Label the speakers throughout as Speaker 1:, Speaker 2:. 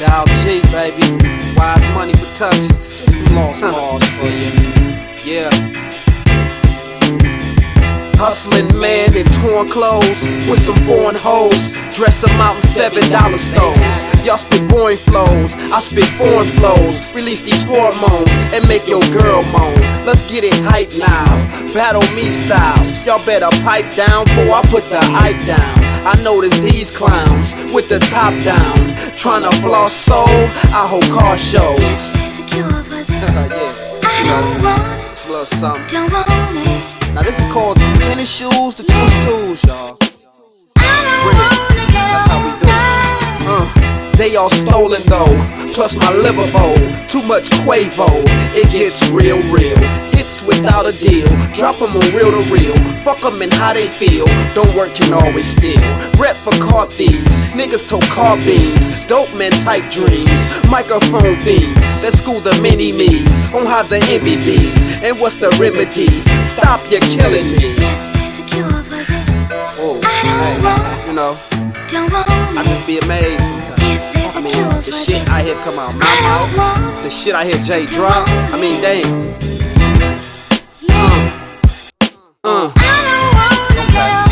Speaker 1: Dial G, baby. Wise Money Productions.
Speaker 2: Just some lost balls for you.
Speaker 1: Yeah. Hustling man in torn clothes with some foreign hoes. Dress them out in seven dollar stones. Y'all spit boring flows, I spit foreign flows. Release these hormones and make your girl moan. Let's get it hype now. Battle me styles. Y'all better pipe down before I put the hype down. I notice these clowns with the top down. Tryna floss soul, I hold car shows.
Speaker 3: I don't want it,
Speaker 1: It's a little something.
Speaker 3: don't want it.
Speaker 1: Now this is called tennis shoes to 22s, y'all.
Speaker 3: I don't wanna get
Speaker 1: That's how we do it.
Speaker 3: on
Speaker 1: Uh, they all stolen though, plus my liver bowl. Too much Quavo, it gets real, real. Hits without a deal, drop 'em on real to real. Fuck 'em and how they feel, don't work can always steal. Rep for car thieves, niggas tow car beams. Dope men type dreams, microphone themes. That school the mini me's on how the MVPs and what's the remedies. Stop, you're killing me.
Speaker 3: If there's a cure for this,
Speaker 1: Oh,
Speaker 3: I don't
Speaker 1: hey,
Speaker 3: want-
Speaker 1: you know,
Speaker 3: don't want
Speaker 1: I
Speaker 3: it.
Speaker 1: just be amazed sometimes.
Speaker 3: If there's
Speaker 1: I
Speaker 3: a
Speaker 1: mean,
Speaker 3: cure
Speaker 1: the
Speaker 3: for
Speaker 1: shit
Speaker 3: this,
Speaker 1: I Uh-huh. hear come out my
Speaker 3: I don't
Speaker 1: mouth,
Speaker 3: want
Speaker 1: the shit I hear Jay drop. I mean, dang, Uh-huh.
Speaker 3: it. I don't wanna get on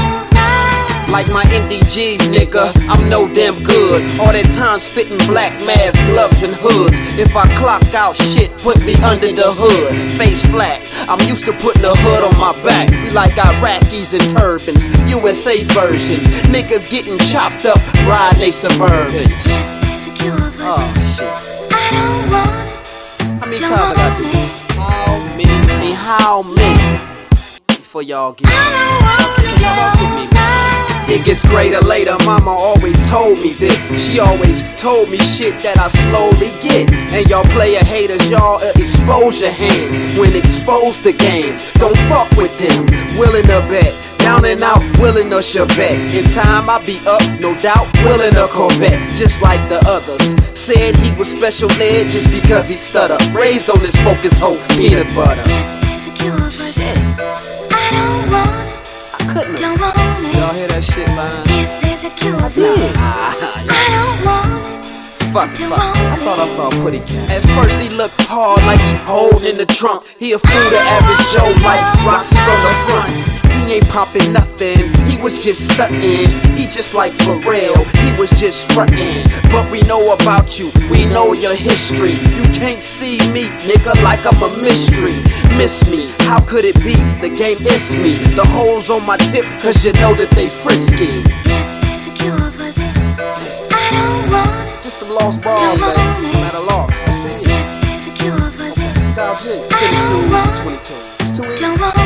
Speaker 1: like my NDGs, nigga, I'm no damn good. All that time spitting black masks, gloves, and hoods. If I clock out shit, put me under the hood, face flat. I'm used to putting a hood on my back. We like Iraqis and turbans, USA versions. Niggas getting chopped up, riding they Suburbans.
Speaker 3: If there's a cure for
Speaker 1: Oh,
Speaker 3: this,
Speaker 1: shit.
Speaker 3: I don't want it,
Speaker 1: How many times
Speaker 3: don't
Speaker 1: I gotta do
Speaker 3: want it.
Speaker 1: How many? I mean, how many? Before y'all get.
Speaker 3: I don't wanna get on
Speaker 1: It gets greater later, mama always told me this. She always told me shit that I slowly get. And y'all player haters, y'all uh, expose your hands when exposed to games. Don't fuck with them, willing to bet. Down and out, willing a Chevette. In time, I be up, no doubt, willing a Corvette, just like the others. Said he was special ed just because he stutter. Raised on this focus hoe, peanut butter.
Speaker 3: If there's a cure for this, I don't want it. I couldn't. Don't want it.
Speaker 1: Y'all hear that shit, man?
Speaker 3: If there's a cure for this, I don't want it.
Speaker 1: Fuck it,
Speaker 3: Don't
Speaker 1: fuck it.
Speaker 3: want it.
Speaker 4: Thought I saw a pretty cat.
Speaker 1: At first he looked hard like he holding the trunk. He a fool to average Joe like Roxy from the front. He ain't popping nothing, he was just stunting. He just like Pharrell, he was just frontin'. But we know about you, we know your history. You can't see me, nigga, like I'm a mystery. Miss me, how could it be? The game is me. The holes on my tip, cause you know that they frisky.
Speaker 3: If there's a cure for this, I don't want it.
Speaker 1: Just some lost balls, baby. I'm at a loss. That's it.
Speaker 3: If there's a cure for this,
Speaker 1: Stop shit. Tennis shoes, 22. It's too easy.
Speaker 3: don't want